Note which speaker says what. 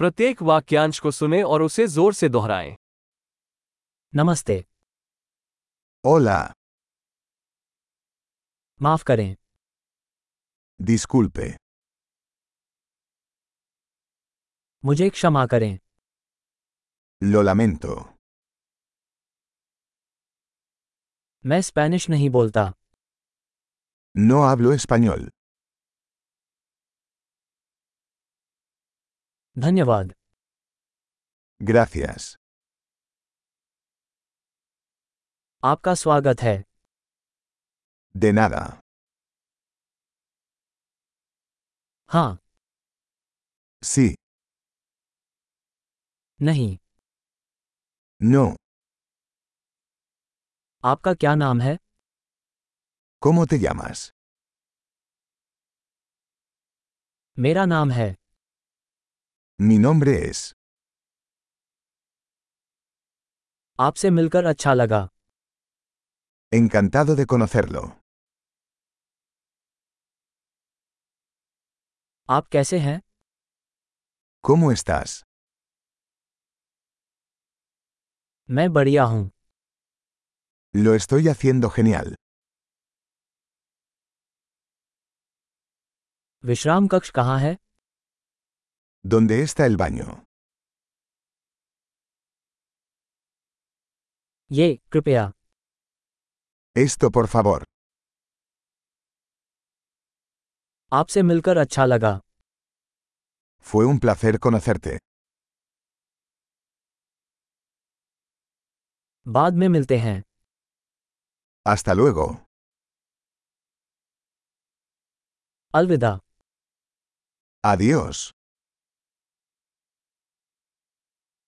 Speaker 1: प्रत्येक वाक्यांश को सुने और उसे जोर से दोहराएं
Speaker 2: नमस्ते
Speaker 3: Hola,
Speaker 2: माफ करें
Speaker 3: disculpe,
Speaker 2: मुझे क्षमा करें
Speaker 3: lo lamento.
Speaker 2: मैं स्पैनिश नहीं बोलता
Speaker 3: No hablo español.
Speaker 2: धन्यवाद
Speaker 3: Gracias.
Speaker 2: आपका स्वागत है
Speaker 3: De nada.
Speaker 2: हाँ
Speaker 3: Sí,
Speaker 2: नहीं
Speaker 3: no.
Speaker 2: आपका क्या नाम है
Speaker 3: ¿Cómo te llamas?
Speaker 2: मेरा नाम है
Speaker 3: Mi nombre es.
Speaker 2: आपसे मिलकर अच्छा लगा
Speaker 3: Encantado de conocerlo.
Speaker 2: आप कैसे हैं
Speaker 3: ¿Cómo estás?
Speaker 2: मैं बढ़िया हूँ
Speaker 3: Lo estoy haciendo genial.
Speaker 2: विश्राम कक्ष कहाँ है
Speaker 3: ¿Dónde está el baño?
Speaker 2: ये कृपया
Speaker 3: Esto, por favor.
Speaker 2: आपसे मिलकर अच्छा लगा
Speaker 3: Fue un placer conocerte.
Speaker 2: बाद में मिलते हैं
Speaker 3: Hasta luego.
Speaker 2: अलविदा
Speaker 3: Adiós.